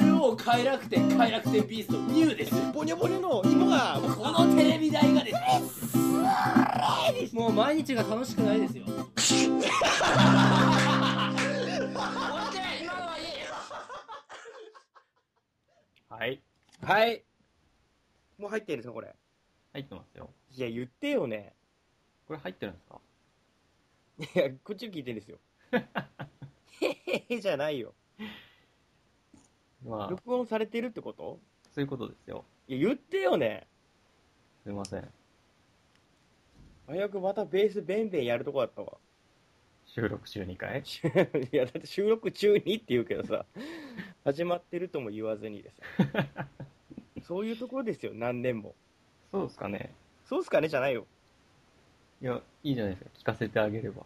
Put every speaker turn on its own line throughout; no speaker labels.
超快楽天快楽天ビーストニューです
ボニョボニョの芋が
このテレビ台がですねもう毎日が楽しくないですよ
はい。
はいもう入ってるのこれ
入ってますよ。
いや言ってよね
これ入ってるんですか
いやこっちを聞いてるん ですよへへへじゃないよ
まあ、
録音されてるってこと
そういうことですよ。
いや言ってよね
すいません。
早くまたベースベンベンやるとこだったわ
収録週2回
いやだって収録中にって言うけどさ始まってるとも言わずにですそういうところですよ何年も
そうですかね。
そうっすかねじゃないよ
いや、いいじゃないですか。聞かせてあげれば。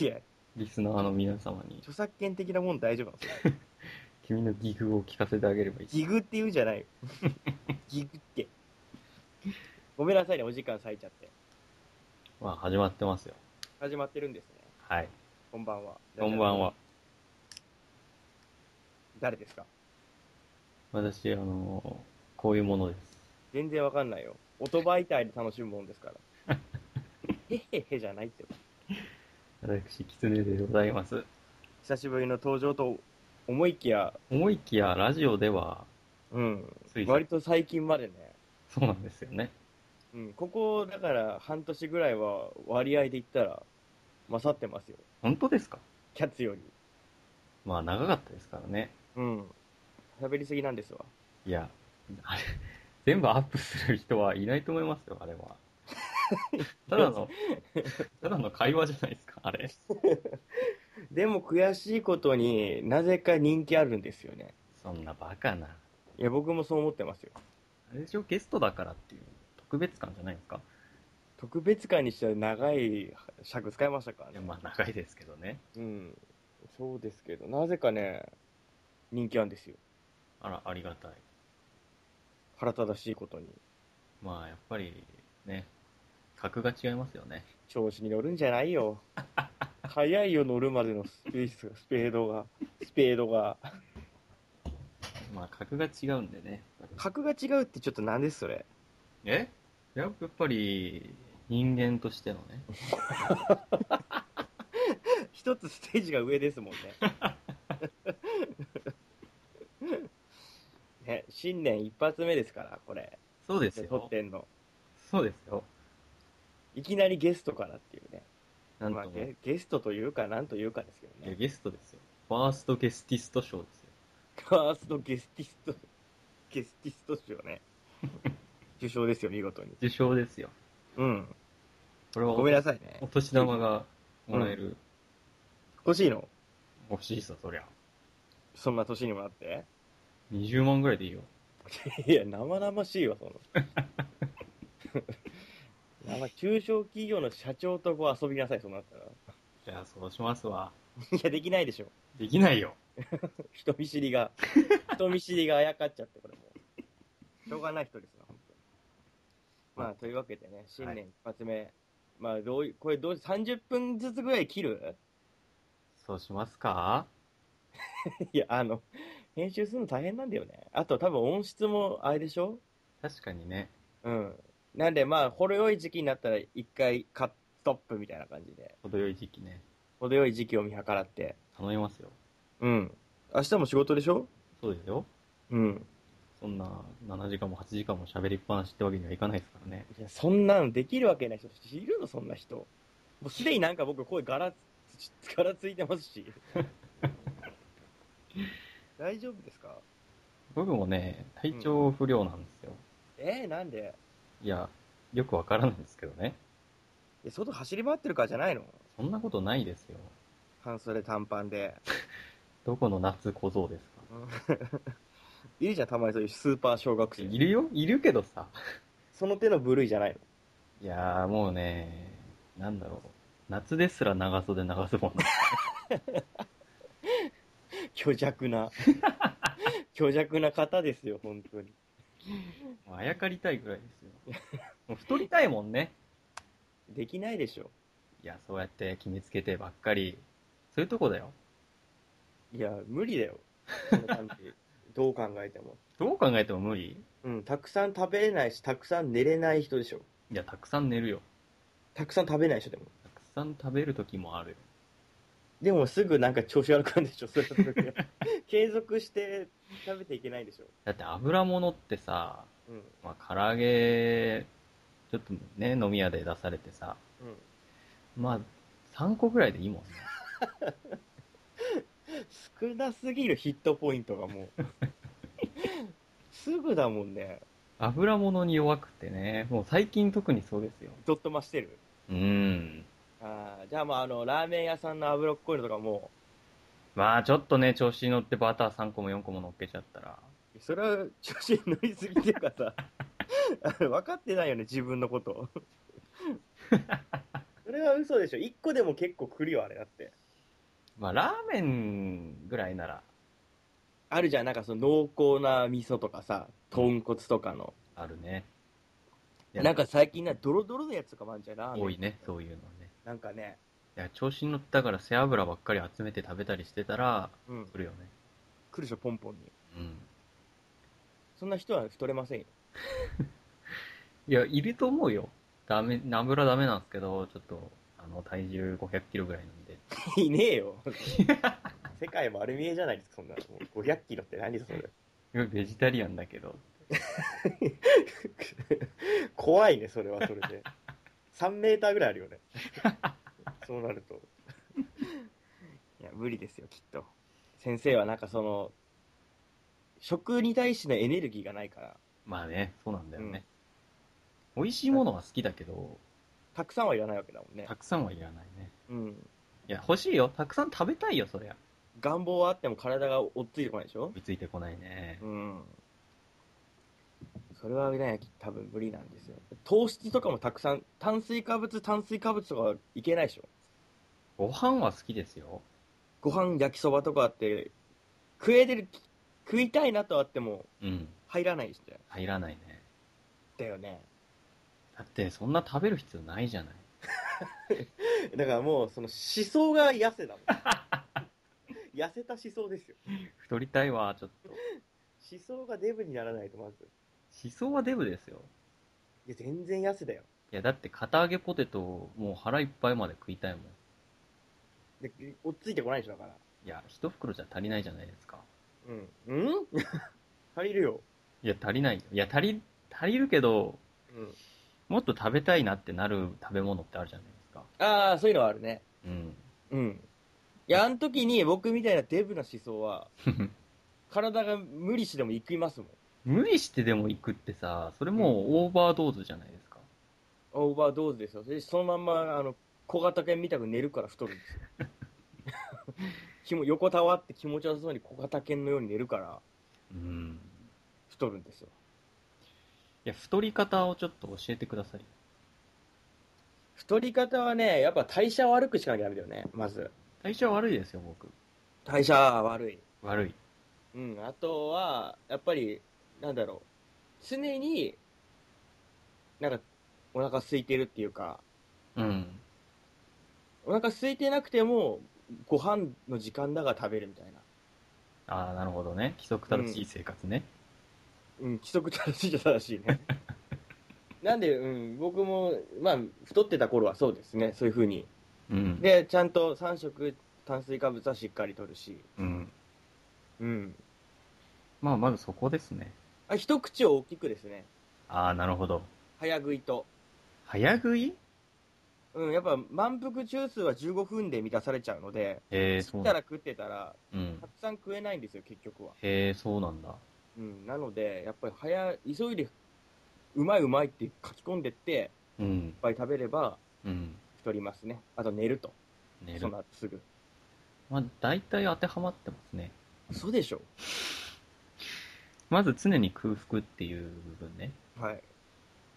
いや
リスナーの皆様に、
著作権的なもん大丈夫なんですよ
君のギフを聞かせてあげればいい。
ギグって言うんじゃないよギグってごめんなさいねお時間割いちゃって
まあ、始まってますよ。
始まってるんですね
はい。
こんばんは
こんばんは。
誰ですか
私、あのーこういうものです。
全然わかんないよ。音媒体で楽しむもんですから。へへへじゃないって。
私、キツネでございます。
久しぶりの登場と思いきや、
思いきや、ラジオでは、
うん、
つい
割と最近までね、
そうなんですよね。
うん、ここだから半年ぐらいは割合で言ったら勝ってますよ。
本当ですか
キャッツより。
まあ、長かったですからね。
うん。喋りすぎなんですわ。
いや、あれ、全部アップする人はいないと思いますよ、あ れは。ただの、ただの会話じゃないですか、あれ。
でも悔しいことになぜか人気あるんですよね。
そんなバカな。
いや、僕もそう思ってますよ。
あれでしょ、ゲストだからっていう特別感じゃないですか。
特別感にしては長い尺使いましたから
い
ね
や、。まあ長いですけどね。
うん、そうですけど、なぜかね、人気あんですよ。
あら、ありがたい。
腹立たしいことに。
まあ、やっぱり、ね、格が違いますよね。
調子に乗るんじゃない よ。早いよ、乗るまでのスペースが、スペードが、スペードが。
まあ、格が違うんでね。
格が違うってちょっと何です、それ。
えやっぱり、人間としてのね。
一つステージが上です もんね。ね、新年一発目ですから、これ。
そうです
撮
よ
っ。てんの。
そうですよ。
いきなりゲストからっていうね。
なん
まあ
とも。
ゲ、ゲストというか、なんというかですけど
いや
ね。
ゲストですよ。ファーストゲスティスト賞ですよ。
ファーストゲスティスト、 ゲスティスト賞 ね。受賞ですよ、見事に。
受賞ですよ。
うん。
これは
ごめんなさいね
お。年玉がもらえる。
欲しいの
欲しいさ、そりゃ。
そんな年にもなって。
20万ぐらいでいいよ。
いや、生々しいわ、そ の。やばい中小企業の社長とこう遊びなさい、そうなったら。い
じゃあ、そうしますわ。
や、できないでしょ。
できないよ。
人見知り が、人見知りがあやかっちゃって、これもう。しょうがない人ですな、本当に。まあ、というわけでね、新年一発目。まあ、どういこれどう、30分ずつぐらい切る
そうしますか
いや、あの、編集するの大変なんだよね。あと多分音質もあれでしょ
確かにね。
うん。なんでまあ、程よい時期になったら一回カットップみたいな感じで、
程よい時期ね。
程よい時期を見計らって。
頼みますよ。
うん。明日も仕事でしょ
そうですよ。
うん。
そんな、7時間も8時間も喋りっぱなしってわけにはいかないですからね。
いや、そんなのできるわけない人いるの、そんな人。もうすでになんか僕声ガラつ、 ガラついてますし。大丈夫ですか
僕もね、体調不良なんですよ。
えー、なんで
いや、よくわからないんですけどね。
いや外走り回ってるからじゃないの
そんなことないですよ。
半袖短パンで。
どこの夏小僧ですか
いるじゃん、たまにそういうスーパー小学生。
いるよいるけどさ。
その手の部類じゃないの。
いやーもうね、なんだろう。夏ですら長袖長ズボ ンだ。
虚弱 な。虚弱な方ですよ、本当に。
もうあやかりたいぐらいですよ。もう太りたいもんね。
できないでしょ。
いや、そうやって決めつけてばっかり。そういうとこだよ。
いや、無理だよ。その感じ。どう考えても。
どう考えても無理
うん、たくさん食べれないし、たくさん寝れない人でしょ。
いや、たくさん寝るよ。
たくさん食べない人でも。
たくさん食べる時もあるよ。
でもすぐなんか調子悪くなるでしょ、それ食べて継続して食べていけないでしょ。
だって油物ってさ、
うん、
まあ、唐揚げ、ちょっとね、飲み屋で出されてさ、まあ、3個ぐらいでいいもんね。
うん。少なすぎるヒットポイントがもう。すぐだもんね。
油物に弱くてね、もう最近特にそうですよ。
ドッと増してる。
うん。
ああ、じゃあまああの、ラーメン屋さんの油っこいのとかも
まあ、ちょっとね、調子に乗ってバター3個も4個も乗っけちゃったら、
う、それは調子に乗りすぎっていうかさ、 あの分かってないよね、自分のこと。 それは嘘でしょ。一個でも結構来るよ、あれだって。
まあ、ラーメンぐらいなら
あるじゃん、なんかその濃厚な味噌とかさ、豚骨とかの。
あるね。いや
なんか最近な、ドロドロのやつとかもあるじゃん、ラーメン
多いね、そういうのね。
なんかね、
いや、調子に乗ったから背脂ばっかり集めて食べたりしてたら、
うん、
来るよね。
来るでしょ、ポンポンに。
うん。
そんな人は太れませんよ。
いや、いると思うよ。ダメ、油ダメなんですけど、ちょっと、あの、体重500キロぐらいなんで。
いねえ よ。世界丸見えじゃないですか、そんなの。もう500キロって何それ。
いやベジタリアンだけど。
怖いね、それはそれで。3メーターぐらいあるよね。そうなると。いや、無理ですよ、きっと。先生はなんかその、食に対してのエネルギーがないから、
まあね、そうなんだよね。美味しいものは好きだけど、
たくさんはいらないわけだもんね。
たくさんはいらないね。
うん。
いや、欲しいよ。たくさん食べたいよ、そりゃ。
願望はあっても体が追っついてこないでしょ
追いついてこないね。
うん。それはね、多分無理なんですよ。糖質とかもたくさん、炭水化物、炭水化物とかはいけないでしょ
ご飯は好きですよ。
ご飯焼きそばとかあって食えてる食いたいなとあっても
うん。
入らないんだよ
入らないね。
だよね
だって、そんな食べる必要ないじゃない。
だからもうその思想が痩せだもん 痩せた思想ですよ
太りたいわ、ちょっと。
思想がデブにならないとまず
思想はデブですよ。
いや全然痩せだよ
いや、だって、片揚げポテト、もう腹いっぱいまで食いたいもん。
で追っついてこないでしょだから
いや、一袋じゃ足りないじゃないですか。
うんうん 足りるよ、
いや、足りないよ。いや、足り、足りるけど、
うん、
もっと食べたいなってなる食べ物ってあるじゃないですか。
ああそういうのはあるね
うん。
うんいやあの時に僕みたいなデブな思想 は体が無理してでも行きますもん
無理してでも行くってさ、それもうオーバードーズじゃないですか。
オーバードーズですよ。でそのまんま、あの、小型犬みたく寝るから太るんですよ。 気も横たわって気持ちよさそうに小型犬のように寝るから
うん。
太るんですよ。
いや、太り方をちょっと教えてください。
太り方はね、やっぱ代謝悪くしかなきゃダメだよね、まず。
代謝悪いですよ、僕。
代謝は悪い。
悪い。
うん、あとは、やっぱり、なんだろう。常に、なんか、お腹空いてるっていうか、
うん。
お腹空いてなくても、ご飯の時間だが食べるみたいな。
ああ、なるほどね。規則正しい生活ね。
うん、規則正しいじゃ正しいね。 なんで、うん、僕も、まあ、太ってた頃はそうですね、そういう風に。
うん。
で、ちゃんと3食炭水化物はしっかりとるし、
うん。
うん。
まあ、まずそこですね。
あ一口を大きくですね、
ああ、なるほど。
早食いと。
早食い
うん、やっぱ満腹中枢は15分で満たされちゃうので、
へえ、
食
そ
っ
う
たら
なんだ。
食ってたら、
うん
た。くさん食えないんですよ、結局は。
へえ、そうなんだ。
うん、なので、やっぱり早い、急いで、うまいうまいって書き込んでって、いっ
うん。
ぱい食べれば
うん。
太りますね。あと寝ると。
寝
そ
る
の。後すぐ。
まあ、大体当てはまってますね。
そうでしょ
まず常に空腹っていう部分ね。
はい。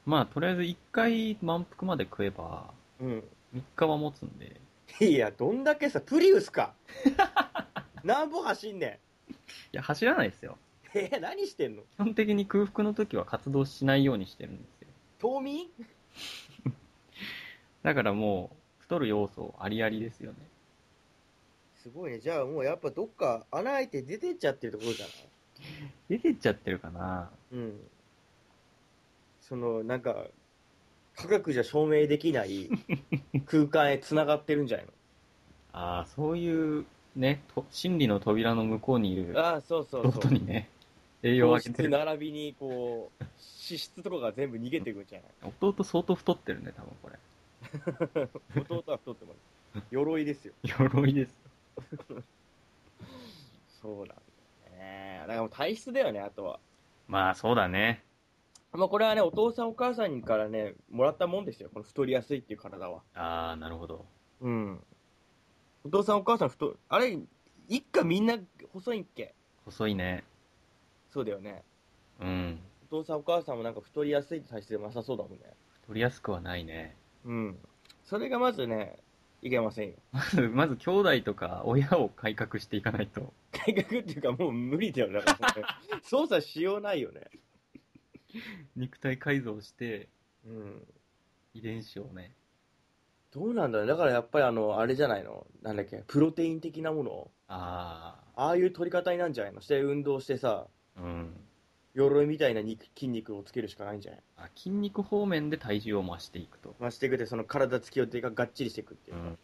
まあ、とりあえず1回満腹まで食えば、
うん。
3日は持つんで。
いや、どんだけさ、プリウスか。 なんぼ走んね
いや、走らないですよ。
ん。えー、何してんの
基本的に空腹の時は活動しないようにしてるんですよ。
冬眠
だからもう、太る要素ありありですよね。
すごいね。じゃあもうやっぱどっか穴開いて出てっちゃってるところじゃない
出てっちゃってるかな。
うん。その、なんか、科学じゃ証明できない 空間へ繋がってるんじゃない
ああ、そういう、ね、と真理の扉の向こうにいる
のああ、そうそうそ
弟
う。
にね、栄養を
糖
あげて
質
る。
並びに、こう、脂質とかが全部逃げていくんじゃ ない
弟相当太ってるね、多分 これ。
弟は太ってます。鎧ですよ。
鎧です。
そうなんだよね。だからもう体質だよね、あとは。
まあ、そうだね。
まあこれはね、お父さんお母さんからね、もらったもんですよ。この太りやすいっていう体は。
ああ、なるほど。
うん。お父さんお母さん太、あれ、一家みんな細いんっけ
細いね。
そうだよね。
うん。
お父さんお母さんもなんか太りやすいって体質でもなさそうだもんね。
太りやすくはないね。
うん。それがまずね、いけませんよ。
まず、まず兄弟とか親を改革していかないと。
改革っていうかもう無理だよね。 だからね操作しようないよね。
肉体改造して、
うん。
遺伝子をね。
どうなんだろうだからやっぱりあの、あれじゃないのなんだっけプロテイン的なもの
あ
ああいう取り方になんじゃないのして運動してさ、
あ、うん。
鎧みたいな肉筋肉をつけるしかないんじゃない
あ筋肉方面で体重を増していくと。
まあ、していくって、その体つきをでかがっちりしていくっていううか。
ん。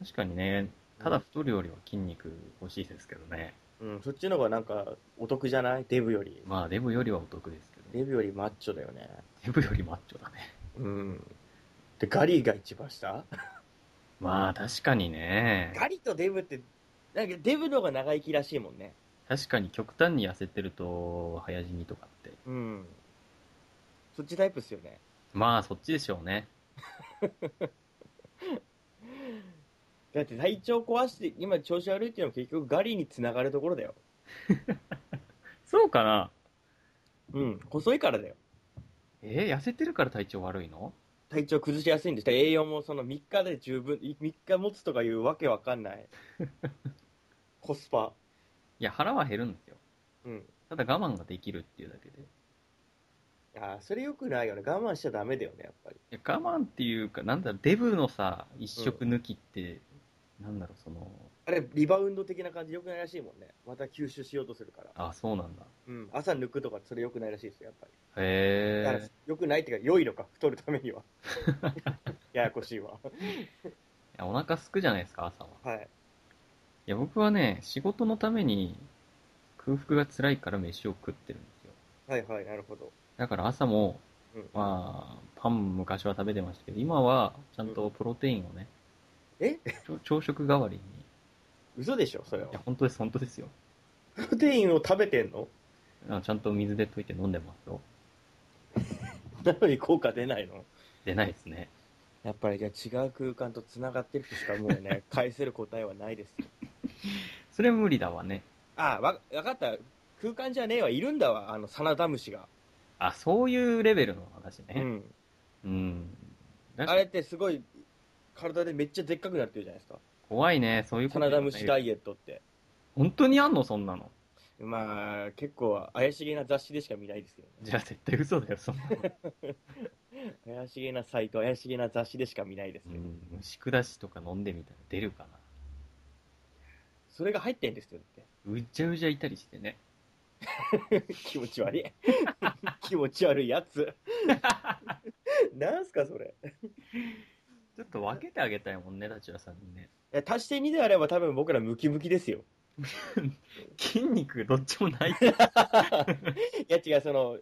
確かにね、ただ太るよりは筋肉欲しいですけどね。
うん、そっちの方がなんかお得じゃないデブより。
まあ、デブよりはお得ですけど。
デブよりマッチョだよね。
デブよりマッチョだね。
うん。で、ガリが一番下
まあ、確かにね。
ガリとデブって、なんかデブの方が長生きらしいもんね。
確かに極端に痩せてると、早死にとかって。
うん。そっちタイプっすよね。
まあ、そっちでしょうね。
だって体調壊して、今調子悪いっていうのは結局ガリにつながるところだよ。
そうかな
うん、細いからだよ。
えー痩せてるから体調悪いの
体調崩しやすいんで栄養もその3日で十分、3日持つとかいうわけわかん ない。コスパ。
いや、腹は減るんですよ。
うん。
ただ我慢ができるっていうだけで。い
ああ、それよくないよね。我慢しちゃダメだよね、やっぱり。
や我慢っていうか、なんだろう、デブのさ、一食抜きって、なんだろう、その、
あれ、リバウンド的な感じよくないらしいもんね。また吸収しようとするから。
あ、そうなんだ。
うん。朝抜くとか、それよくないらしいですよ、やっぱり。だから
へえ。
良くないっていうか、良いのか、太るためには。 ややこしいわ。
いやお腹すくじゃないですか、朝は。
はい。
いや、僕はね、仕事のために空腹が辛いから飯を食ってるんですよ。
はいはい、なるほど。
だから朝も、
うん。
まあ、パン昔は食べてましたけど、今はちゃんとプロテインをね、
え
ちょ朝食代わりに。
嘘でしょ、それはい
や、。本当です、本当ですよ。
プロテインを食べてんの
あちゃんと水で溶いて飲んでますよ。
なのに効果出ないの
出ないですね。
やっぱりじゃあ違う空間と繋がってるとしかもうね、 返せる答えはないですよ。
それは無理だわね。
ああ、わ、わかった。空間じゃねえわ。いるんだわ、あの、サナダムシが。
あ、そういうレベルの話
う
ね。
ん。
うん。
あれってすごい、体でめっちゃでっかくなってるじゃないですか。
怖いね、そういうこ
サ
と
ナ
じ
ダ
ゃない。
ムシダイエットって。
本当にあんの、そんなの。
まあ、結構怪しげな雑誌でしか見ないですけどね。
じゃあ絶対嘘だよ、そんなの。
怪しげなサイト、怪しげな雑誌でしか見ないです
う
けど。
ん、虫下しとか飲んでみたら出るか
それが入ってんですよ って。
な。うじゃうじゃいたりしてね。
気持ち悪い。 気持ち悪いやつ。 なんすかそれ。
ちょっと分けてあげたいもんね、立ち屋さんにね。
いや足して2であれば多分僕らムキムキですよ。
筋肉どっちもない。
いや違う、その、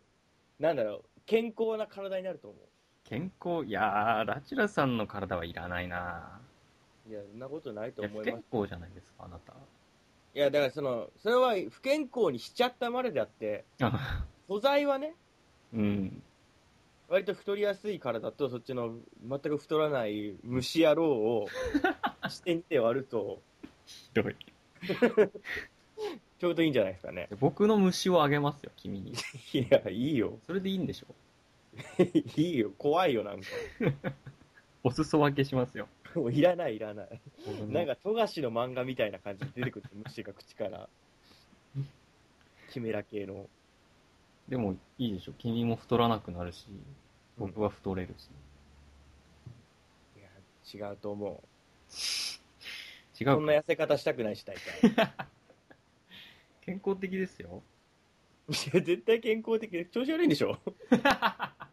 なんだろう、健康な体になると思
健康、いやー、ラチュラさんの体はいらないな
う。いや、そんなことないと
いや
思
不
いま
健
す。
康じゃないですか、あなた。
いや、だからその、それは不健康にしちゃったまでであって、
あ
素材はね、
うん。
割と太りやすい体と、そっちの全く太らない虫野郎をしてみて割ると、
ひどい。
ちょうどいいんじゃないですかね。
僕の虫をあげますよ、君に。
いや、いいよ。
それでいいんでしょ
いいよ。怖いよ、なんか。
お裾分けしますよ。
もういらない、いらない。
僕の
なんか、富樫の漫画みたいな感じで出てくる。虫が口から。キメラ系の。
でもいいでしょ。君も太らなくなるし、僕は太れるし。
いや、違うと思う。
違
そ
うんか
な痩せ方したくないし、大体。
健康的ですよ。
いや絶対健康的で調子悪いんでしょ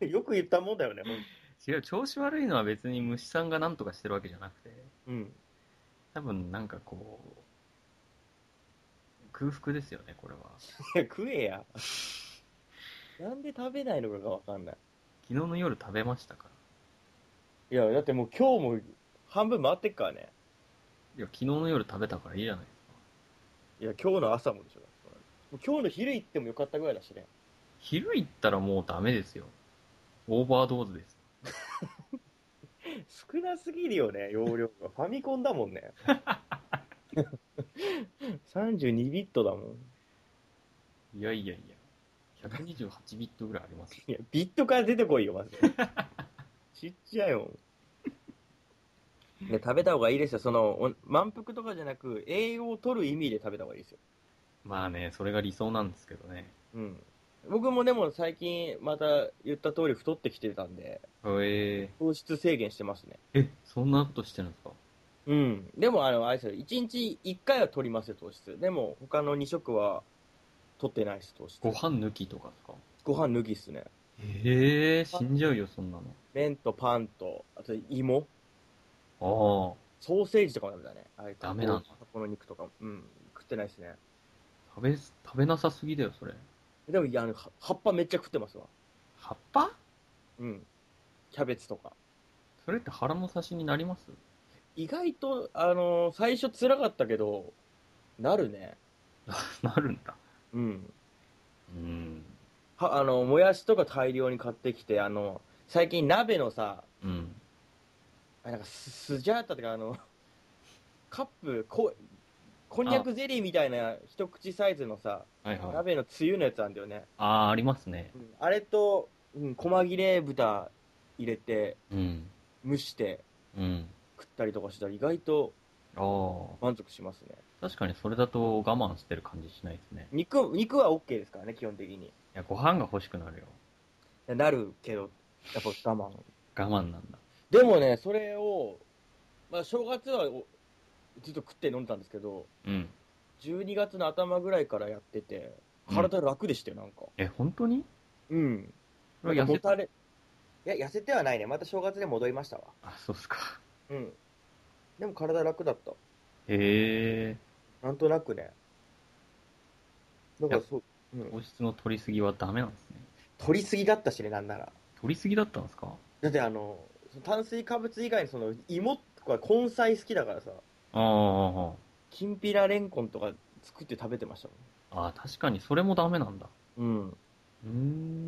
よく言ったもんだよね、ほん
違う、調子悪いのは別に虫さんが何とかしてるわけじゃなくて、
うん。
多分なんかこう、空腹ですよね、これは。
いや、食えや。なんで食べないのかがわかんない。
昨日の夜食べましたから。
いや、だってもう今日も半分回ってっからね。
いや、昨日の夜食べたからいいじゃないですか。
いや、今日の朝もでしょ。もう今日の昼行ってもよかったぐらいだしね。
昼行ったらもうダメですよ。オーバードーズです。
少なすぎるよね、容量が。ファミコンだもんね。32ビットだもん。
いやいやいや。128ビットぐらいありますよ。
いや、ビットから出てこいよ、ま ず。ちっちゃいよ。ね、食べた方がいいですよ。その、お満腹とかじゃなく、栄養を取る意味で食べた方がいいですよ。
まあね、それが理想なんですけどね。
うん。僕もでも最近、また言った通り太ってきてたんで、
え
糖質制限してますね。
ー、え、そんなことしてるんですか
うん。でも、あの、あれですよ。1日1回は取りますよ、糖質。でも、他の2食は取ってないです、糖質。
ご飯抜きとかですか
ご飯抜きっすね。
ええー、死んじゃうよ、そんな
麺とパンと、あと芋。
の。あ
ソーセージとかもダメだね。ああいう
ダメなんだ
この肉とかも。うん。食ってないですね。
あ、食べ、食べなさすぎだよ、それ。
でも、いや、あの、は葉っぱめっちゃ食ってますわ。
葉っぱ
うん。キャベツとか。
それって腹の差しになります
意外と、あのー最初辛かったけど、なるね。
なるんだ。
うん。
うん。
は、あの、もやしとか大量に買ってきて、あの、最近鍋のさ、
うん。
あなんかススジャータとかあの カップここんにゃくゼリーみたいな一口サイズのさ
はいはい。
鍋のつゆのやつなんだよね、
ああー、ありますね。
あれと、うん、細切れ豚入れて
うん。
蒸して
うん。
食ったりとかしたら意外と
ああ。
満足しますね
確かにそれだと我慢してる感じしないですね。
肉肉は OK ですからね基本的に
いや、ご飯が欲しくなるよ。
なるけどやっぱ我慢
我慢なんだ。
でもねそれをまあ正月はおずっと食って飲んでたんですけど
うん。
12月の頭ぐらいからやってて体楽でしたよなんか
え、本当に
うん
それは痩せ
たれいや、痩せてはないね。また正月で戻りましたわ。
あ、そうっすか。
うん。でも体楽だった。
へえ。
なんとなくね。なんかそう、うん。
糖質の取りすぎはダメなんですね。
取りすぎだったしね、なんなら。
取りすぎだったんですか
だってあの、その炭水化物以外にその芋とか根菜好きだからさ、
あー
きんぴられんこんとか作って食べてました
あー、あー確かにそれもダメなんだ。
もん。うん。
うー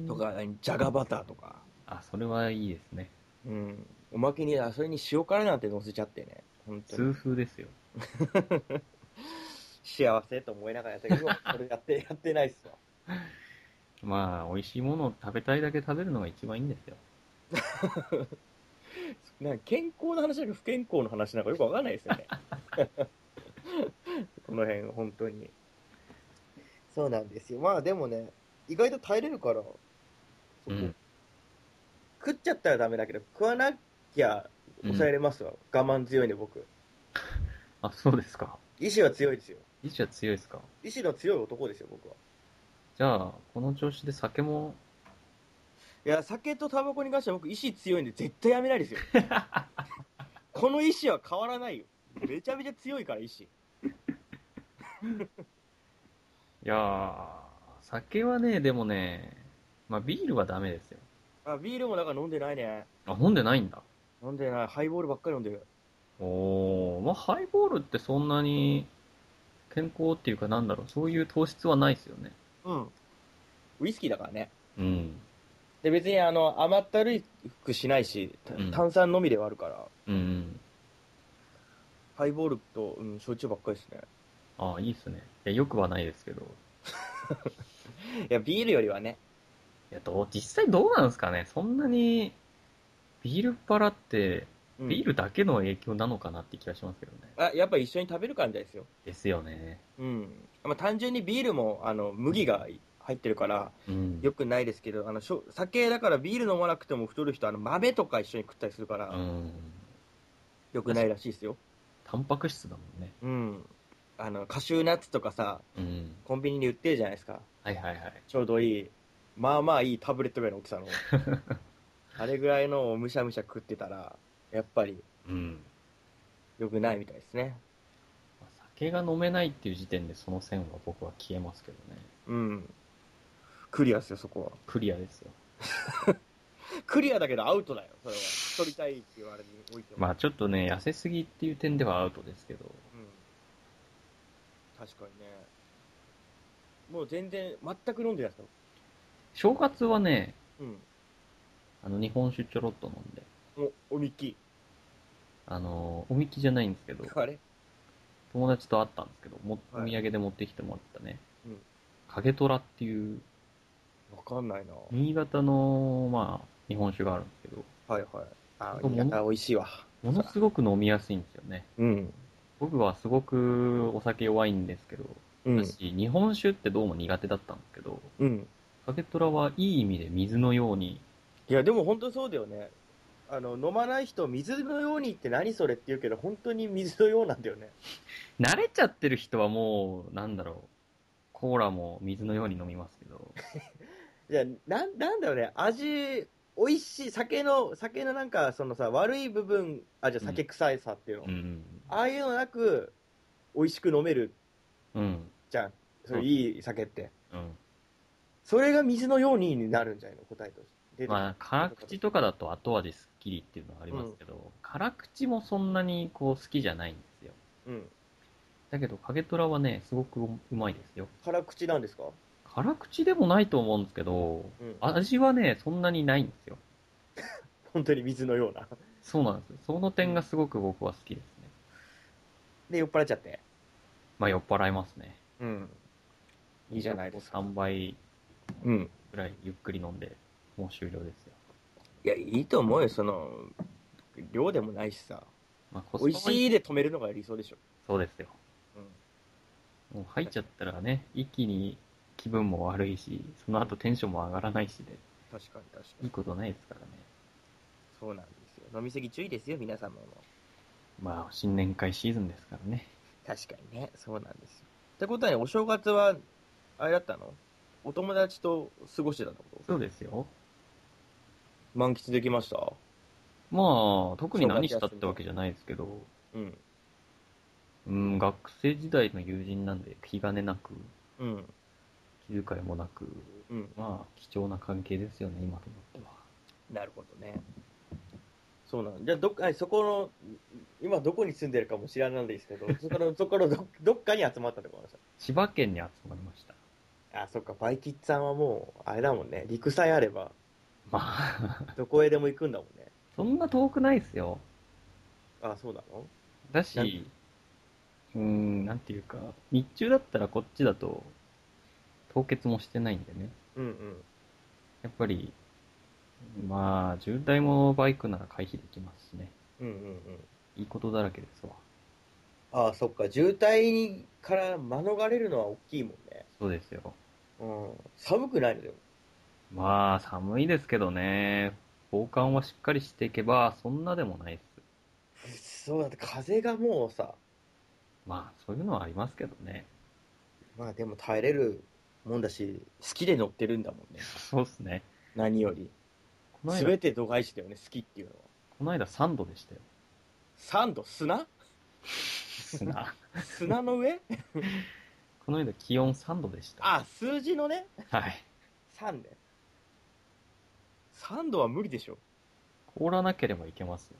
ん。
とか、何じゃがバターとか。
あ、それはいいですね。
うん。おまけに、あそれに塩辛なんて乗せちゃってね。本当
痛
に。
風ですよ。
幸せと思いながらやった けど、それやって、やってないっすわ。
まあ、美味しいものを食べたいだけ食べるのが一番いいんですよ。
なんか健康の話だけど不健康の話なんかよくわかんないですよ ね。この辺、本当に。そうなんですよ。まあでもね、意外と耐えれるから、そこ
うん
食っちゃったらダメだけど、食わなきゃ抑えれますわ。我慢強いね、僕。
あ、そうですか。
意志は強いですよ。
意志は強いですか。
意志の強い男ですよ、僕は。
じゃあ、この調子で酒も、
いや、酒とタバコに関しては僕、意志強いんで絶対やめないですよ。 この意志は変わらないよ。めちゃめちゃ強いから、意志。
いやー、酒はね、でもね、まあ、ビールはダメですよ。
あ、ビールもなんか飲んでないね。
あ、飲んでないんだ。
飲んでない。ハイボールばっかり飲んでる。
おー、まあ、ハイボールってそんなに、健康っていうかなんだろう、そういう糖質はないですよね。
うん。ウイスキーだからね。
うん。
で、別にあの、甘ったるいくしないし、た
うん
炭酸のみではあるから、
うん。
ハイボールと、うん、焼酎ばっかりですね。
ああ、いいっすね。いや、よくはないですけど。
いや、ビールよりはね。
いや、どう、実際どうなんですかね。そんなに、ビールっ腹って、
うん
ビールだけの影響なのかなって気がしますけどね。
あ、やっぱ一緒に食べるからみたいですよ。
ですよね。
うん。まあ、単純にビールも、あの、麦が入ってるから、
うん。
よくないですけど、あの、しょ酒だからビール飲まなくても太る人、あの、豆とか一緒に食ったりするから、
うん。
よくないらしいですよ。
タンパク質だもんね。
うん。あの、カシューナッツとかさ、
うん。
コンビニに売ってるじゃないですか。
はいはいはい。
ちょうどいい、まあまあいいタブレットぐらいの大きさ の。あれぐらいのをむしゃむしゃ食ってたら、やっぱり
うん。
良くないみたいですね。
酒が飲めないっていう時点でその線は僕は消えますけどね。
うん。クリアですよ、そこ
クリアですよ。
は。クリアだけどアウトだよ、それは。太りたいって言われにおいても。
まあちょっとね、痩せすぎっていう点ではアウトですけど。
うん。確かにね。もう全然、全く飲んでないですよ。
正月はね、
うん。
あの、日本酒ちょろっと飲んで。
お、おみき。
あの、おみきじゃないんですけど、
あれ
友達と会ったんですけど、もお
はい
土産で持ってきてもらったね。
うん
影虎っていう、
わかんないな。
新潟の、まあ、日本酒があるんですけど、
はいはい。あ
新潟
美味しいわ。
ものすごく飲みやすいんですよね。
うん。
僕はすごくお酒弱いんですけど、
うん。
私、日本酒ってどうも苦手だったんですけど、
うん。
影虎はいい意味で水のように、
いや、でも本当そうだよね。あの、飲まない人、水のようにって何それって言うけど、本当に水のようなんだよね。
慣れちゃってる人はもう、なんだろう、コーラも水のように飲みますけど、
いや、なん、なんだよね。味、美味しい。酒の、酒のなんか、そのさ、悪い部分、あ、じゃあ
うん
酒臭いさっていうの。
うん。
ああいうのなく、美味しく飲める
うん。
じゃん。それいい酒って。
うん。
それが水のようにになるんじゃないの答えとして。
まあ、辛口とかだと後味すっきりっていうのはありますけど、辛口もそんなにこう好きじゃないんですよ。
うん。
だけど、影虎はね、すごくうまいですよ。
辛口なんですか
辛口でもないと思うんですけど、
うん。
味はね、そんなにないんですよ。
本当に水のような。
そうなんですよ。その点がすごく僕は好きですね。
で、酔っ払っちゃって。
まあ、酔っ払いますね。
うん。いいじゃないですか。
3杯
うん。
ぐらいゆっくり飲んで、もう終了ですよ。
いや、いいと思うよ、その、量でもないしさ。
まあ、コ
美味
パはい
しいで止めるのが理想でしょ。
そうですよ。
うん。
もう入っちゃったらね、一気に気分も悪いし、その後テンションも上がらないしで、
確かに確か
いい
に。
ことないですからね。
そうなんですよ。飲みすぎ注意ですよ、皆様も。
まあ、新年会シーズンですからね。
確かにね、そうなんですよ。ってことはね、お正月は、あれだったのお友達と過ごしてたの
そうですよ。
満喫できました
まあ、特に何したってわけじゃないですけど、
うん。
うん、学生時代の友人なんで、気兼ねなく、
うん。
気遣いもなく、
うん。
まあ、貴重な関係ですよね、今となっては。
なるほどね。そうなの。じゃあ、どっか、あそこの、今どこに住んでるかも知らないんですけ ど、そこの、そこのど、どっかに集まったってことなんですよ
千葉県に集まりました。
あ、そっか、バイキッさんはもう、あれだもんね、陸さえあれば、
まあ、
どこへでも行くんだもんね。
そんな遠くないですよ。
あ、そうなの
だ
なん
し、うーん、なんていうか、日中だったらこっちだと、凍結もしてないんでね。
うんうん。
やっぱり、まあ、渋滞もバイクなら回避できますしね。
うんうんうん。
いいことだらけですわ。
あ、そっか、渋滞にから免れるのは大きいもんね。
そうですよ。
うん。寒くないのよ。
まあ、寒いですけどね。防寒はしっかりしていけば、そんなでもないです。
そうだって、風がもうさ、
まあ、そういうのはありますけどね。
まあでも耐えれるもんだし、好きで乗ってるんだもんね。
そうですね。
何より。
この
す
間
べ、て度外視だよね、好きっていうのは。
この間3度でしたよ。
サンド、砂
砂。
砂の 上
この間気温3度でした。
あ、数字のね、
はい。
3ね。3度は無理でしょ。
凍らなければいけますよ。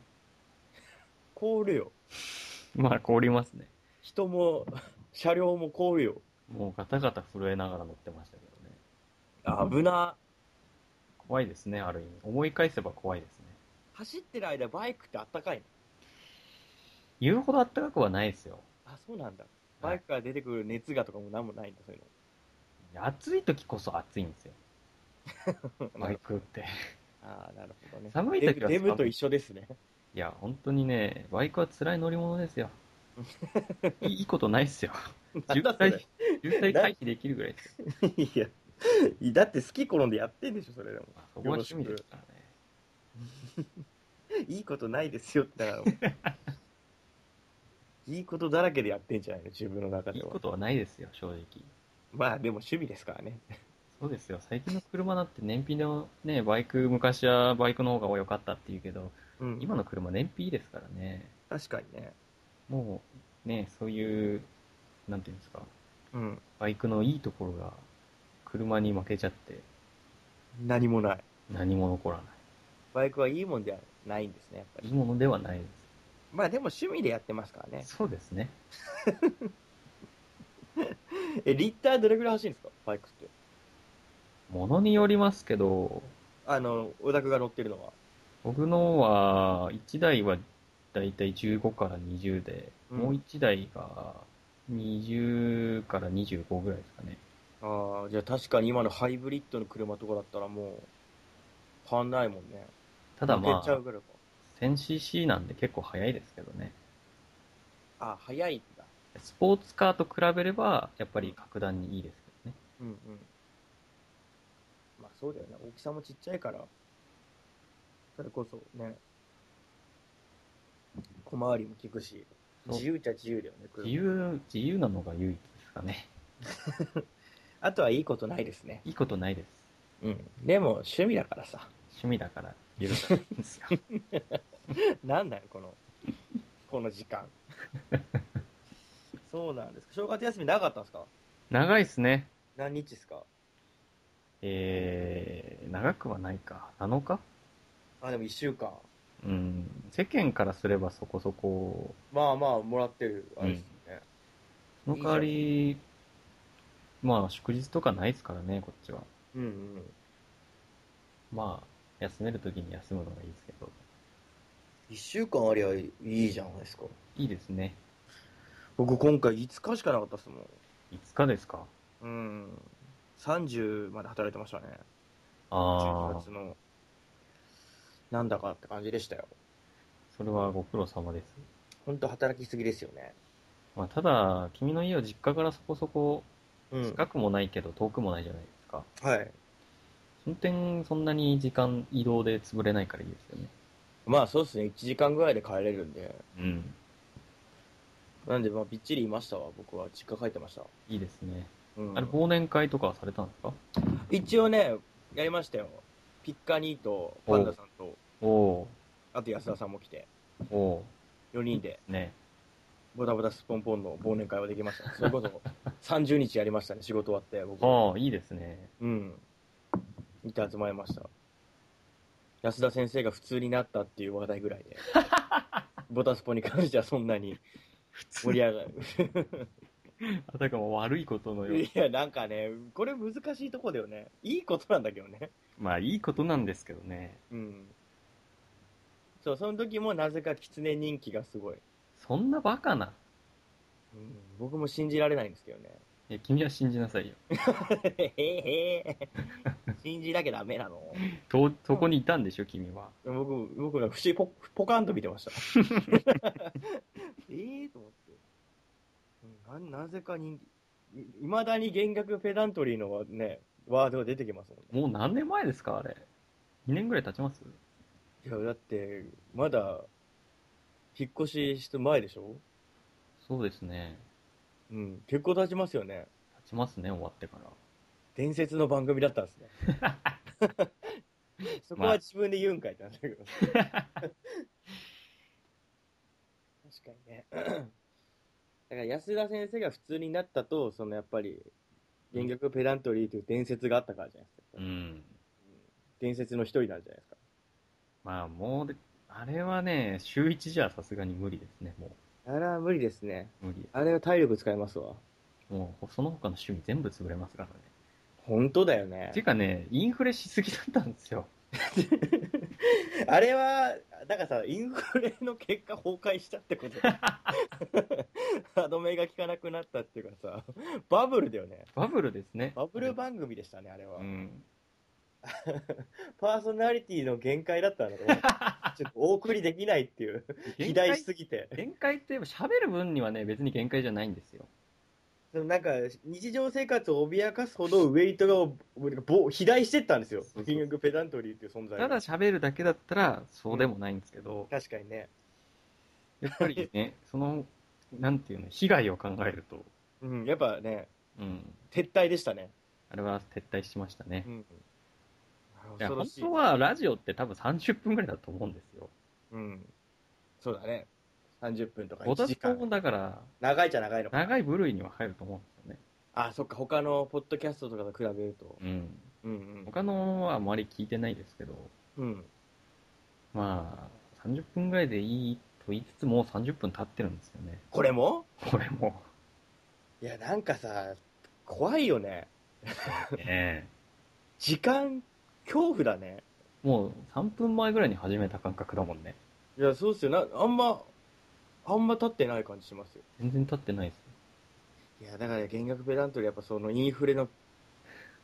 凍るよ。
まあ、凍りますね。
人も 車両も凍るよ
もうガタガタ震えながら乗ってましたけどね。
危な
怖いですね、ある意味。思い返せば怖いですね。
走ってる間バイクってあったかいの
言うほどあったかくはないですよ。
あそうなんだバイクから出てくる熱がとかも何もないんだそういう
暑い時こそ暑いんですよ。
の
バイクって。
ああなるほどね
寒い時は
デブデブと一緒です ね
いや、本当にね、バイクは辛い乗り物です よ。いいいいことないですよ。渋
なんだ
滞、渋滞回避できるぐらいですよ。
それ いやだって好き転んでやってんでしょそれでも
まあ、そこは趣味ですからね。
いいことないですよってだからいいことだらけでやってんじゃないの自分の中
いい
では
ことはないですよ、正直。
まあでも趣味ですからね
そうですよ、最近の車だって燃費のね、バイク、昔はバイクの方が良かったっていうけど、
うん
今の車燃費いいですからね。
確かにね
もう、ね、そういう、なんていうんですか、
うん
バイクのいいところが、車に負けちゃって、
何もない
何も残らな
バイクはいいもんではないんですねやっぱ
い。
り
いいものではないで
まあでも趣味でやってますからね
す。そうですね。
えリッターどれぐらい走るんですかバイクって
ものによりますけど、
あの小田君が乗ってるのは
僕のは、1台はだいたい15から20で、
うん
もう1台が20から25ぐらいですかね。
ああじゃあ確かに今のハイブリッドの車とかだったらもう変わんないもんね
ただ
抜
ま
けちゃ
あ
う、ぐらいか
1000cc なんで結構早いですけどね。
あ速いんだ
スポーツカーと比べれば、やっぱり格段にいいですけどね。
うんうんまあそうだよね大きさもちっちゃいからそれこそね小回りも利くし
そう
自由っちゃ自由だよね車
自由、自由なのが唯一ですかね。
あとはいいことないですね
いいことないです。
うんでも趣味だからさ
趣味だから許さないんですよ。
なんだよこのこの時 間そうなんですか正月休みなかったんですか
長いですね。
何日ですか
えー、長くはないか。7日
あでも1週間
うん。世間からすればそこそこ。
まあまあもらってるあれですね、
その代わり、まあ祝日とかないですからね、こっちは。
うんうん
まあ、休めるときに休むのがいいですけど。
1週間ありゃいいじゃないですか
いいですね。
僕今回5日しかなかったっすもん
5日ですか。
うん30まで働いてましたね
あ
10
あ
月、のなんだかって感じでしたよ
それはご苦労様です。
本当働きすぎですよね
まあ、ただ、君の家は実家からそこそこ
うん
近くもないけど遠くもないじゃないですか。
はい
その点、そんなに時間移動で潰れないからいいですよね。
まあそうっすね1時間ぐらいで帰れるんで
うん。
なんでまあびっちりいましたわ僕は実家帰ってました、
いいですね。
うん
あれ、忘年会とかはされたんですか
一応ねやりましたよピッカニーとパンダさんと
おお
あと安田さんも来て
ーお
4人で
ーね
ボタボタスポンポンの忘年会はできました。それこそ30日やりましたね、仕事終わって、僕。
ああ、いいですね。
うん。見て集まりました。安田先生が普通になったっていう話題ぐらいで。ボタスポに関してはそんなに盛り上が
あたかも悪いことのよう
る。
に
い。や、なんかね、これ難しいとこだよね。いいことなんだけどね。
まあ、いいことなんですけどね。
うん。そう、その時もなぜか狐人気がすごい。
そんなバカな。
うん、僕も信じられないんですけどね。
いや君は信じなさいよ。
へへへ。信じなきゃダメなの
と、そこにいたんでしょ、君は。
僕、僕ら不思議ポ、ポカンと見てました。ええと思って。うんな、なぜか人気、いいまだに減額ペダントリーのはね、ワードが出てきますもんね。
もう何年前ですか、あれ。2年ぐらい経ちます
いや、だって、まだ、引っ越しして前でしょ
そうですね。
うん、結構経ちますよね。
経ちますね、終わってから。
伝説の番組だったんです ね。そこは自分で言うんかいってなんだけど。 確かにね。だから安田先生が普通になったと、そのやっぱり、原曲ペダントリーという伝説があったからじゃないですか。
うん。
伝説の一人なんじゃないですか。
まあ、もうで、あれはね、週1じゃさすがに無理ですね、も
あら、無理ですね。
う。無理です。
あれは体力使いますわ。
もう、その他の趣味全部潰れますからね。
本当だよね
ていうかね、インフレしすぎだったんですよ。
あれは、だからさ、インフレの結果崩壊したってこと。 歯止めが効かなくなったっていうかさ、バブルだよね。
バブルですね。
バブル番組でしたね、あれは。
うん。
パーソナリティの限界だったのちょっとお送りできないっていう、肥
限
大し
界、
すぎて。
限界って言えば喋る分にはね、別に限界じゃないんですよ。
でもなんか、日常生活を脅かすほどウェイトがぼ肥大してったんですよ
そうそ。う
キングペダントリーっていう存在
た
が
だ喋るだけだったら、そうでもないんですけど、
確かにね。
やっぱりね、その、なんていうの、被害を考えると、
うん、やっぱね、
うん、
撤退でしたね。
あれは撤退しましたね
う。ん。
いや
恐ろ
本
しい
当。はラジオって多分30分ぐらいだと思うんですよ。
うん。そうだね。30分とか
ポ
1
タ
時
スポ
間。
もだから、
長いじゃ長いのか。
長い部類には入ると思うんですよね。
あ、そっか、他のポッドキャストとかと比べると。
うん。
うん
他のはあまり聞いてないですけど、
うん。うん。
まあ、30分ぐらいでいいと言いつつ、もう30分経ってるんですよね。
これも
これも。
いや、なんかさ、怖いよね。
ね
時間、恐怖だね。
もう3分前ぐらいに始めた感覚だもんね。
いや、そうっすよ。なあんま、あんま経ってない感じしますよ。
全然経ってないです。
いや、だから、弦楽ペダントリーやっぱそのインフレの、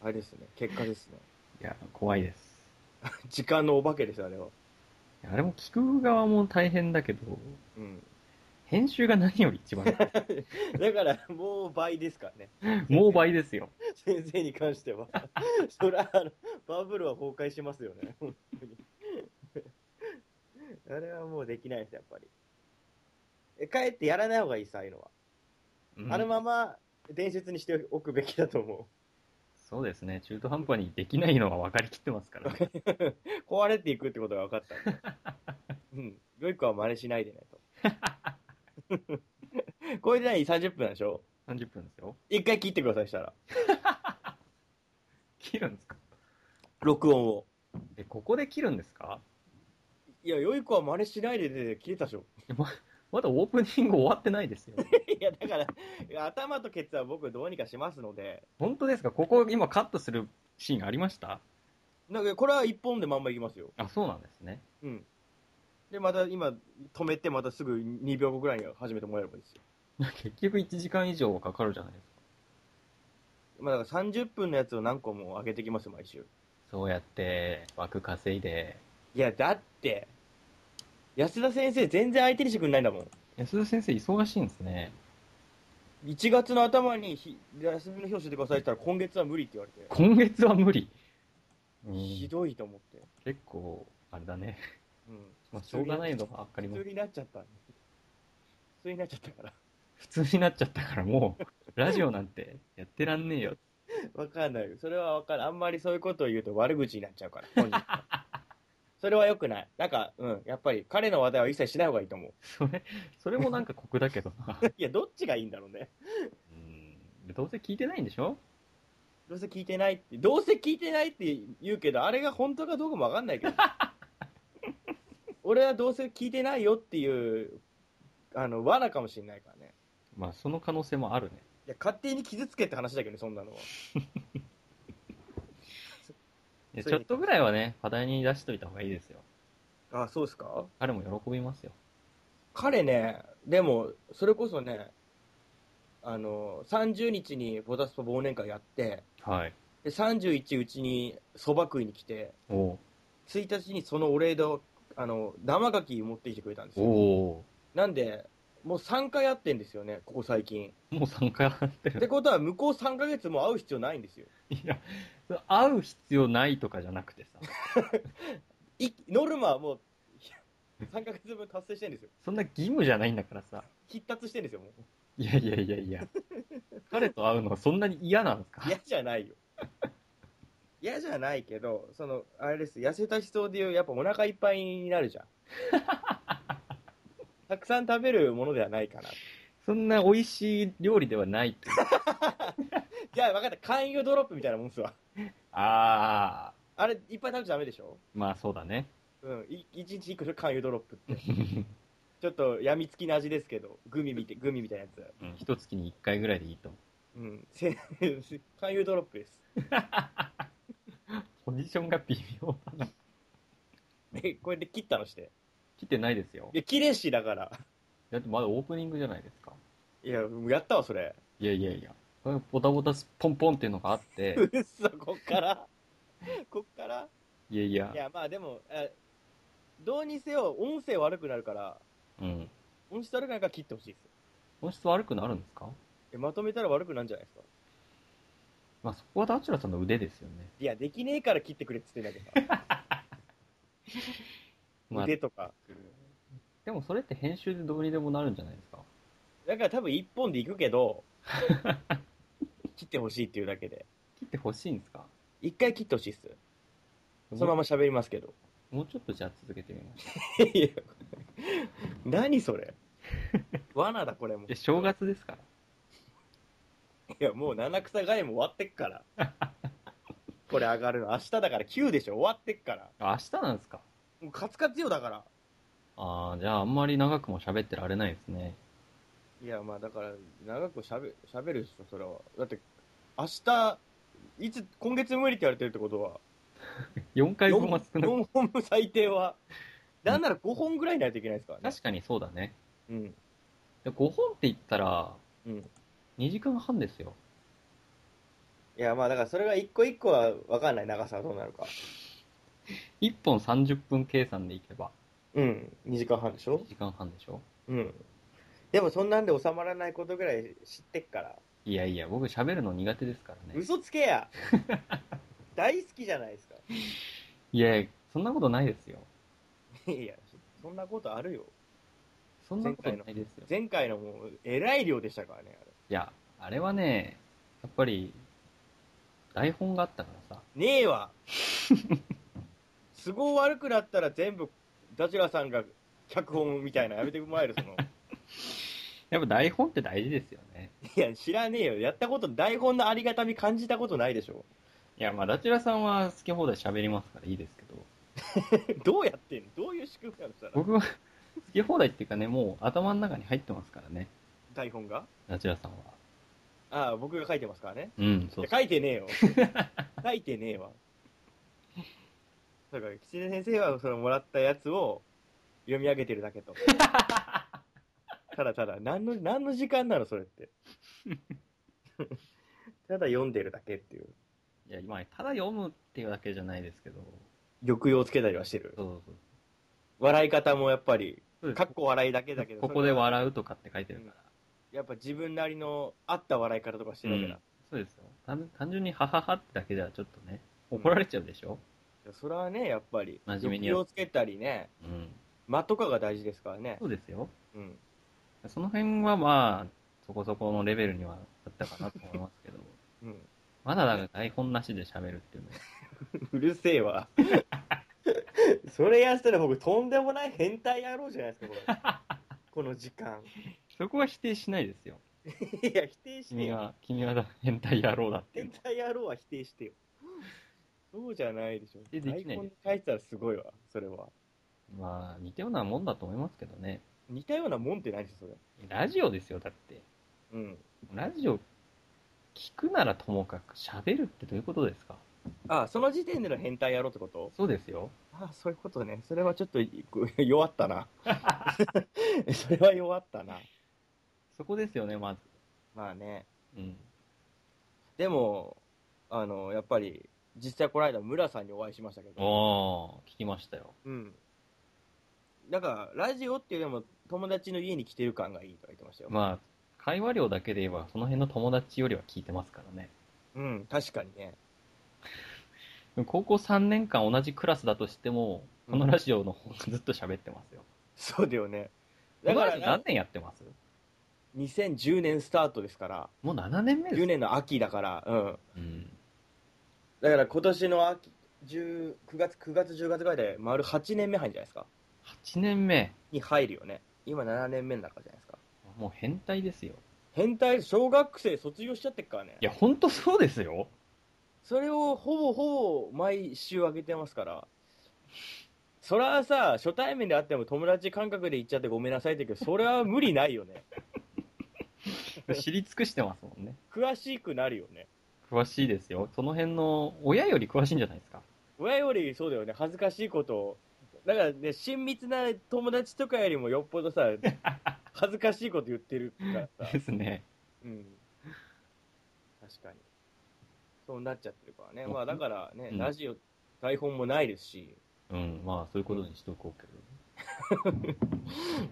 あれですね、結果ですね。
いや、怖いです。
時間のお化けです、あれは。
いやあれも聞く側も大変だけど、
うん。
編集が何より 一番、
だから、もう倍ですからね。
もう倍ですよ。
先生に関しては。 そら、あの、バブルは崩壊しますよね。 本当に。あれはもうできないです、やっぱり。え、帰ってやらない方がいいさ、ああいうのは。
うん
あのまま伝説にしておくべきだと思
そうですね。中途半端にできないのは分かりきってますから、 ね。
う。壊れていくってことが分かったんで。 うん。良い子は真似しないでね、と。 これで何 ?30 分なんでしょ
30分ですよ。
一回切ってください、したら。
切るんですか
録音を。
え、ここで切るんですか
いや、良い子は真似しないでで切れたでしょ。
まだオープニング終わってないですよ。
いや、だからいや、頭とケツは僕どうにかしますので、
本当ですかここ今カットするシーンありました
なんかこれは一本でまんまいきますよ。
あ、そうなんですね。
うん。で、また今、止めて、またすぐ2秒後ぐらいに始めてもらえればいいですよ。
結局1時間以上かかるじゃないですか。
まあ、だから30分のやつを何個も上げてきますよ、毎週。
そうやって枠稼いで。
いや、だって、安田先生全然相手にしてくんないんだもん。
安田先生忙しいんですね。
1月の頭にひ休みの日を教えてくださいって言ったら今月は無理って言われて、
今月は無理。うん
ひどいと思って。
結構、あれ だね。
うん。
まあ、しょうがないのが分かりま
普
す
通。になっちゃった。普通になっちゃったから。
普通になっちゃったからもう、 ラジオなんてやってらんねえよ。
わかんないよ。それはわかんない。あんまりそういうことを言うと悪口になっちゃうから、本人が それは良くない。なんか、うん、やっぱり彼の話題は一切しない方がいいと思う。
それ、それもなんか酷だけどな。
いや、どっちがいいんだろうね。
うんどうせ聞いてないんでしょ
どうせ聞いてないって、どうせ聞いてないって言うけど、あれが本当かどうかもわかん ないけど。俺はどうせ聞いてないよっていう、あの、罠かもしれないからね。
まあ、その可能性もあるね。
いや、勝手に傷つけって話だけどね、そんなのは。
いや
そう
ちょっとぐらいはね、話題に出しといた方がいいですよ。
あ、そうですか
彼も喜びますよ。
彼ね、でも、それこそね、あの、30日にボタスポ忘年会やって、
はい。
で、31うちに蕎麦食いに来て、
お
1日にそのお礼の、あの、生牡蠣持ってきてくれたんです
お
よ。
お
なんで、もう3回会ってんですよね、ここ最近。
ーもう3回会って
って
る。
ことは、向こう3ヶ月も会う必要ないんですよ。
いや、それ会う必要ないとかじゃなくてさ、
いノルマはもう、3ヶ月分達成してんですよ。
そんな義務じゃないんだからさ。
必達してんですよ、もう。
いやいやいやいや。彼と会うのはそんなに嫌なんですか
嫌じゃないよ。 嫌じゃないけど、その、あれです、痩せた思想でいう、やっぱお腹いっぱいになるじゃん。たくさん食べるものではないかな。
そんな美味しい料理ではないという。
じゃあ分かった、肝油ドロップみたいなもんっすわ。
ああ、
あれ、いっぱい食べちゃダメでしょ
まあそうだね。
うん、い一日一個で肝油ドロップって。ちょっと、やみつきな味ですけど、グミみて、グミみたいなやつ。
うん一月に1回ぐらいでいいと思
うん、せ 肝油ドロップです。
う。ポジションが微妙だな。
え、これで切ったのして。
来てないですよ
い。や、切れしだから。
だってまだオープニングじゃないですか。
いや、もうやったわ、それ。
いやいやいや。これボタボタスポンポンっていうのがあって、
うっそ、こっから。こっから
いやいや
い、や、まあでも、えどうにせよ、音声悪くなるから、
うん。
音質悪くなるから切ってほしいですよ
音質悪くなるんですか
え。まとめたら悪くなるんじゃないですか。
まあそこはダチュラさんの腕ですよね。
いや、できねえから切ってくれっつってんだけどさ
まあ、
腕
で
とか。
もそれって編集でどうにでもなるんじゃないですか
だから多分一本で行くけど、 切ってほしいっていうだけで。
切ってほしいんですか
一回切ってほしいっす。そのまま喋りますけど。
もうちょっとじゃあ続けてみましょう。
いや何それ罠だこれも。
え正月ですから。
いや、もう七草がいも終わってっから。これ上がるの。明日だから9でしょ終わってっから。
あ明日なんですか
もうカツカツよ、だから。
ああ、じゃああんまり長くも喋ってられないですね。
いや、まあだから、長くしゃべしゃべるでしょ、それは。だって、明日、いつ、今月無理って言われてるってことは、
4回分は少なく
4本分最低は。なんなら5本ぐらいないといけないですからね。
確かにそうだね。
うん。
で5本って言ったら、
うん。
2時間半ですよ。
いや、まあだからそれが一個一個は分かんない、長さはどうなるか。
1本30分計算でいけば、
うん。2時間半でしょ
2時間半でしょ
うん。でもそんなんで収まらないことぐらい知ってっから。
いやいや、僕喋るの苦手ですからね。
嘘つけ や大好きじゃないですか。
いやいや、そんなことないですよ。
いや、そんなことあるよ。
そんなことないですよ。い
前回のもう、えらい量でしたからね、あれ。
や、あれはね、やっぱり、台本があったからさ。
ねえわ都合悪くなったら全部、ダチュラさんが脚本みたいなやめてもらえる、その。
やっぱ台本って大事ですよね。
いや、知らねえよ。やったこと、台本のありがたみ感じたことないでしょ。
いや、まあ、ダチュラさんは好き放題喋りますからいいですけ ど、
どうやってんのどういう仕組みなのしたら、
僕は好き放題っていうかね、もう頭の中に入ってますからね、
台本が
ダチュラさんは。
ああ、僕が書いてますからね。
うん、そう
いや書いてねえよ。 書いてねえわ。だから、吉根先生はそのもらったやつを読み上げてるだけ と。ただただ、何の、何の時間なの、それって。 ただ読んでるだけっていう。
いや、今、ただ読むっていうわけじゃないですけど、
抑揚つけたりはしてる。
そうそうそう
笑い方もやっぱり、
そうです
かっこ笑いだけだけど。
ここで
は
笑うとかって書いてるから。
やっぱ自分なりの合った笑い方とかしてるわけだ。
そうですよ。単単純にはははってだけじゃちょっとね、怒られちゃうでしょ、
いやそれはね、やっぱり、
真
抑
面目にやる
揚つけたりね、
うん、
間とかが大事ですからね
そ。うですよ。
うん。
その辺はまあ、そこそこのレベルにはあったかなと思いますけど、
うん。
まだなんか台本なしで喋るっていうのは
うるせえわ。 それやったら僕とんでもない変態野郎じゃないですか、これ。 この時間。
そこは否定しないですよ。
いや、否定して
君
よ。
は、君は変態野郎だっていう
変態野郎は否定してよ。そうじゃないでしょ。
でできない
台本に書いてたらすごいわ、それは。
のは。まあ、似たようなもんだと思いますけどね。
似たようなもんって何ですよ、
ラジオですよ、だって。
それ。うん。
ラジオ、聞くならともかく、喋るってどういうことですか
あその時点での変態野郎ってこと
そうですよ。
あそういうことね。それはちょっとこう弱った な。それは弱ったな。
そこですよね、まず。
まあね。
うん。
でも、あの、やっぱり、実際この間、村さんにお会いしましたけど。
ああ、聞きましたよ。
うん。だから、ラジオっていうよりも、友達の家に来てる感がいいとか言ってましたよ。
まあ、会話量だけで言えば、その辺の友達よりは聞いてますからね。
うん、確かにね。
高校3年間同じクラスだとしても、
うん
このラジオの方がずっと喋ってますよ。
そうだよね。
だ
だ
か
からら
何、年やってます
2010年スタートですから、
もう7年目です
10年の秋だから、うん。
うん。
だから今年の秋、10 9月、9月、10月ぐらいで、丸8年目入るんじゃないですか。
8年目。
に入るよね。今7年目になるからじゃないですか。
もう変態ですよ。
変態、小学生卒業しちゃってっからね
い。や、ほんとそうですよ。
それをほぼほぼ毎週上げてますから。それはさ、初対面であっても友達感覚で行っちゃってごめんなさいって言うけど、それは無理ないよね。
知り尽くしてますもんね。
詳しくなるよね。
詳しいですよ。その辺の、親より詳しいんじゃないですか。
親よりそうだよね、恥ずかしいことを。だからね、親密な友達とかよりもよっぽど さ、恥ずかしいこと言ってるからさ。
ですね。
うん。確かに。そうなっちゃってるからね。まあだからね、
うん
ラジオ、台本もないですし。
うん、まあ、そういうことにしとこうけど。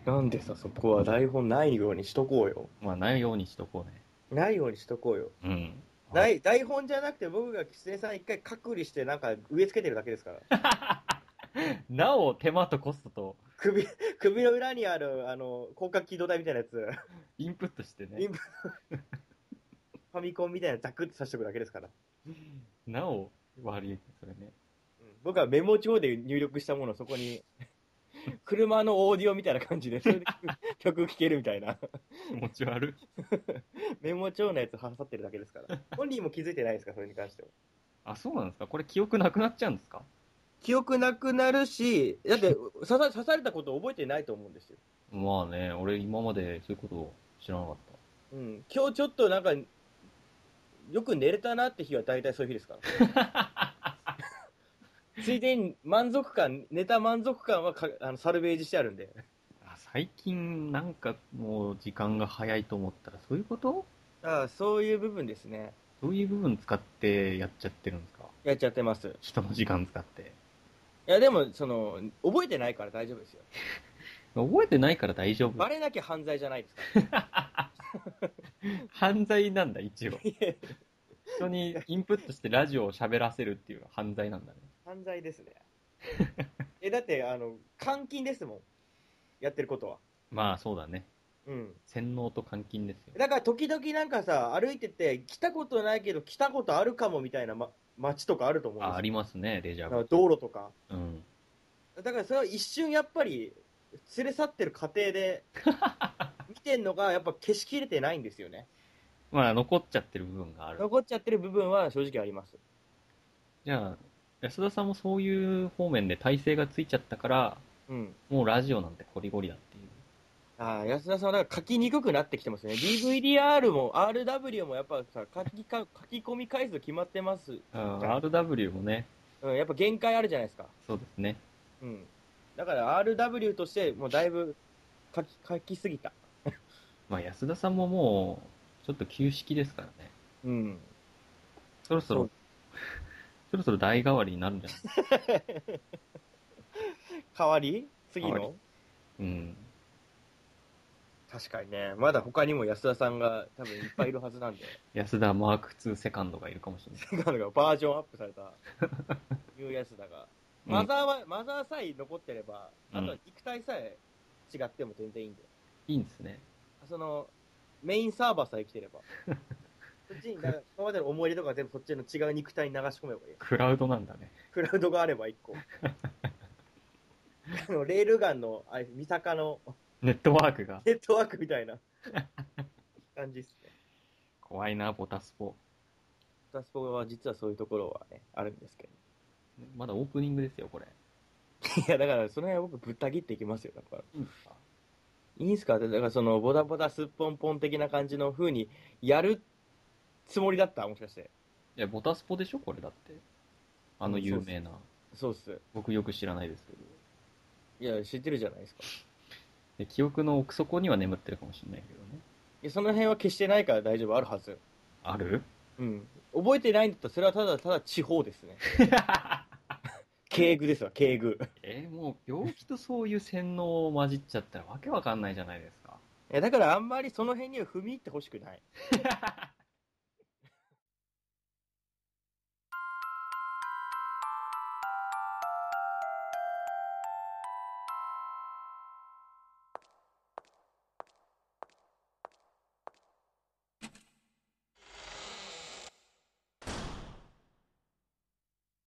なんでさ、そこは台本ないようにしとこうよ。
まあ、ないようにしとこうね。
ないようにしとこうよ。
うん。。
ないい台本じゃなくて僕が吉瀬さん一回隔離してなんか植え付けてるだけですから
なお、手間とコストと
首、首の裏にある、あの、広角機動隊みたいなやつ、
インプットして
イ
ね
ン。ファミコンみたいなのザクッと刺しとくだけですから。
なお、悪い、それね。
うん僕はメモ帳で入力したものをそこに、 車のオーディオみたいな感じで、そ れで曲聴けるみたいな。
気持ち悪い。
メモ帳のやつ挟ってるだけですから。本人も気づいてないですか、それに関しては。
あ、そうなんですかこれ記憶なくなっちゃうんですか
記憶なくなるし、だって刺さ刺されたこと覚えてないと思うんですよ。
まあね、俺今までそういうこと知らなかっ
うん、今日ちょっとなんか、よく寝れたなって日は大体そういう日です から。ついでに満足感、寝た満足感はかあのサルベージしてあるんで。
た。あ最近なんかもう時間が早いと思ったらそういうこと
ああ、そういう部分ですね。
そういう部分使ってやっちゃってるんですか
やっちゃってます。い
人の時間使って。
や、でも、その、覚えてないから大丈夫ですよ。
覚えてないから大丈夫
バ。レなきゃ犯罪じゃないですか
犯罪なんだ、一応。
いえ。
人にインプットしてラジオを喋らせるっていう犯罪なんだね。
犯罪ですね。 え、だって、あの、監禁ですもん。やってることは。
まあそうだね。
うん。
洗脳と監禁ですよ。
だから時々なんかさ、歩いてて、来たことないけど、来たことあるかもみたいな、ま、街とかあると思うんです
あ、
よ
ありますね、デジ
だ
ャ
から
ブ。
道路とか。
うん。
だからそれは一瞬やっぱり、連れ去ってる過程 で、見てんのがやっぱ消しきれてないんですよね。
まあ残っちゃってる部分がある。
残っちゃってる部分は正直あります。
じゃあ、安田さんもそういう方面で体勢がついちゃったから、
うん。
もうラジオなんてこりごりだっていう。
ああ、安田さんはだから書きにくくなってきてますね。DVDR も RW もやっぱさ、書きか書き込み回数決まってます。
あー RW もね、
うん、やっぱ限界あるじゃないですか。
そうですね。
うん。だから RW としてもうだいぶ書き、書きすぎた。
まあ安田さんももう、ちょっと旧式ですからね。
うん。
そろそ
そ
ろ
う、
そろそろ代替わりになるん じゃない
代わり次
代わ
の
うん。
確かにね。まだ他にも安田さんが多分いっぱいいるはず なんで。
安田マーク2セカンドがいるかもしれない。
なんかバージョンアップされた、いうやつだが。
うん
マザーは、マザーさえ残ってれば、あと
う
は
ん
肉体さえ違っても全然いいんで。
いいんですね。
その、メインサーバーさえ生きて れば。そっちに、だから今までの思い出とか全部そっちの違う肉体に流し込めばいい。
クラウドなんだね。
クラウドがあれば一 個。あの、レールガンの、あれ、三坂の
ネットワークが。
ネットワークみたいな感じっす ね。
怖いな、ボタスポ。
タスポは実はそういうところはね、あるんですけど。
まだオープニングですよ、これ。
いや、だからその辺は僕ぶった切っていきますよ、だから。
いいんですか
いいんすかだからその、ボタボタすっぽんぽん的な感じの風にやるつもりだったもしかして。
いや、ボタスポでしょ、これだって。あの有名な。
そうっす。
僕よく知らないですけど。
いや、知ってるじゃないですか。
で記憶の奥底には眠ってるかもしれないけどね。
いや、その辺は消してないから大丈夫あるはず。
ある
うん。覚えてないんだったら、それはただただ地方ですね。敬具ですわ、敬具。
えーもう病気とそういう洗脳を混じっちゃったらわけわかんないじゃないですか。
いや、だからあんまりその辺には踏み入ってほしくない。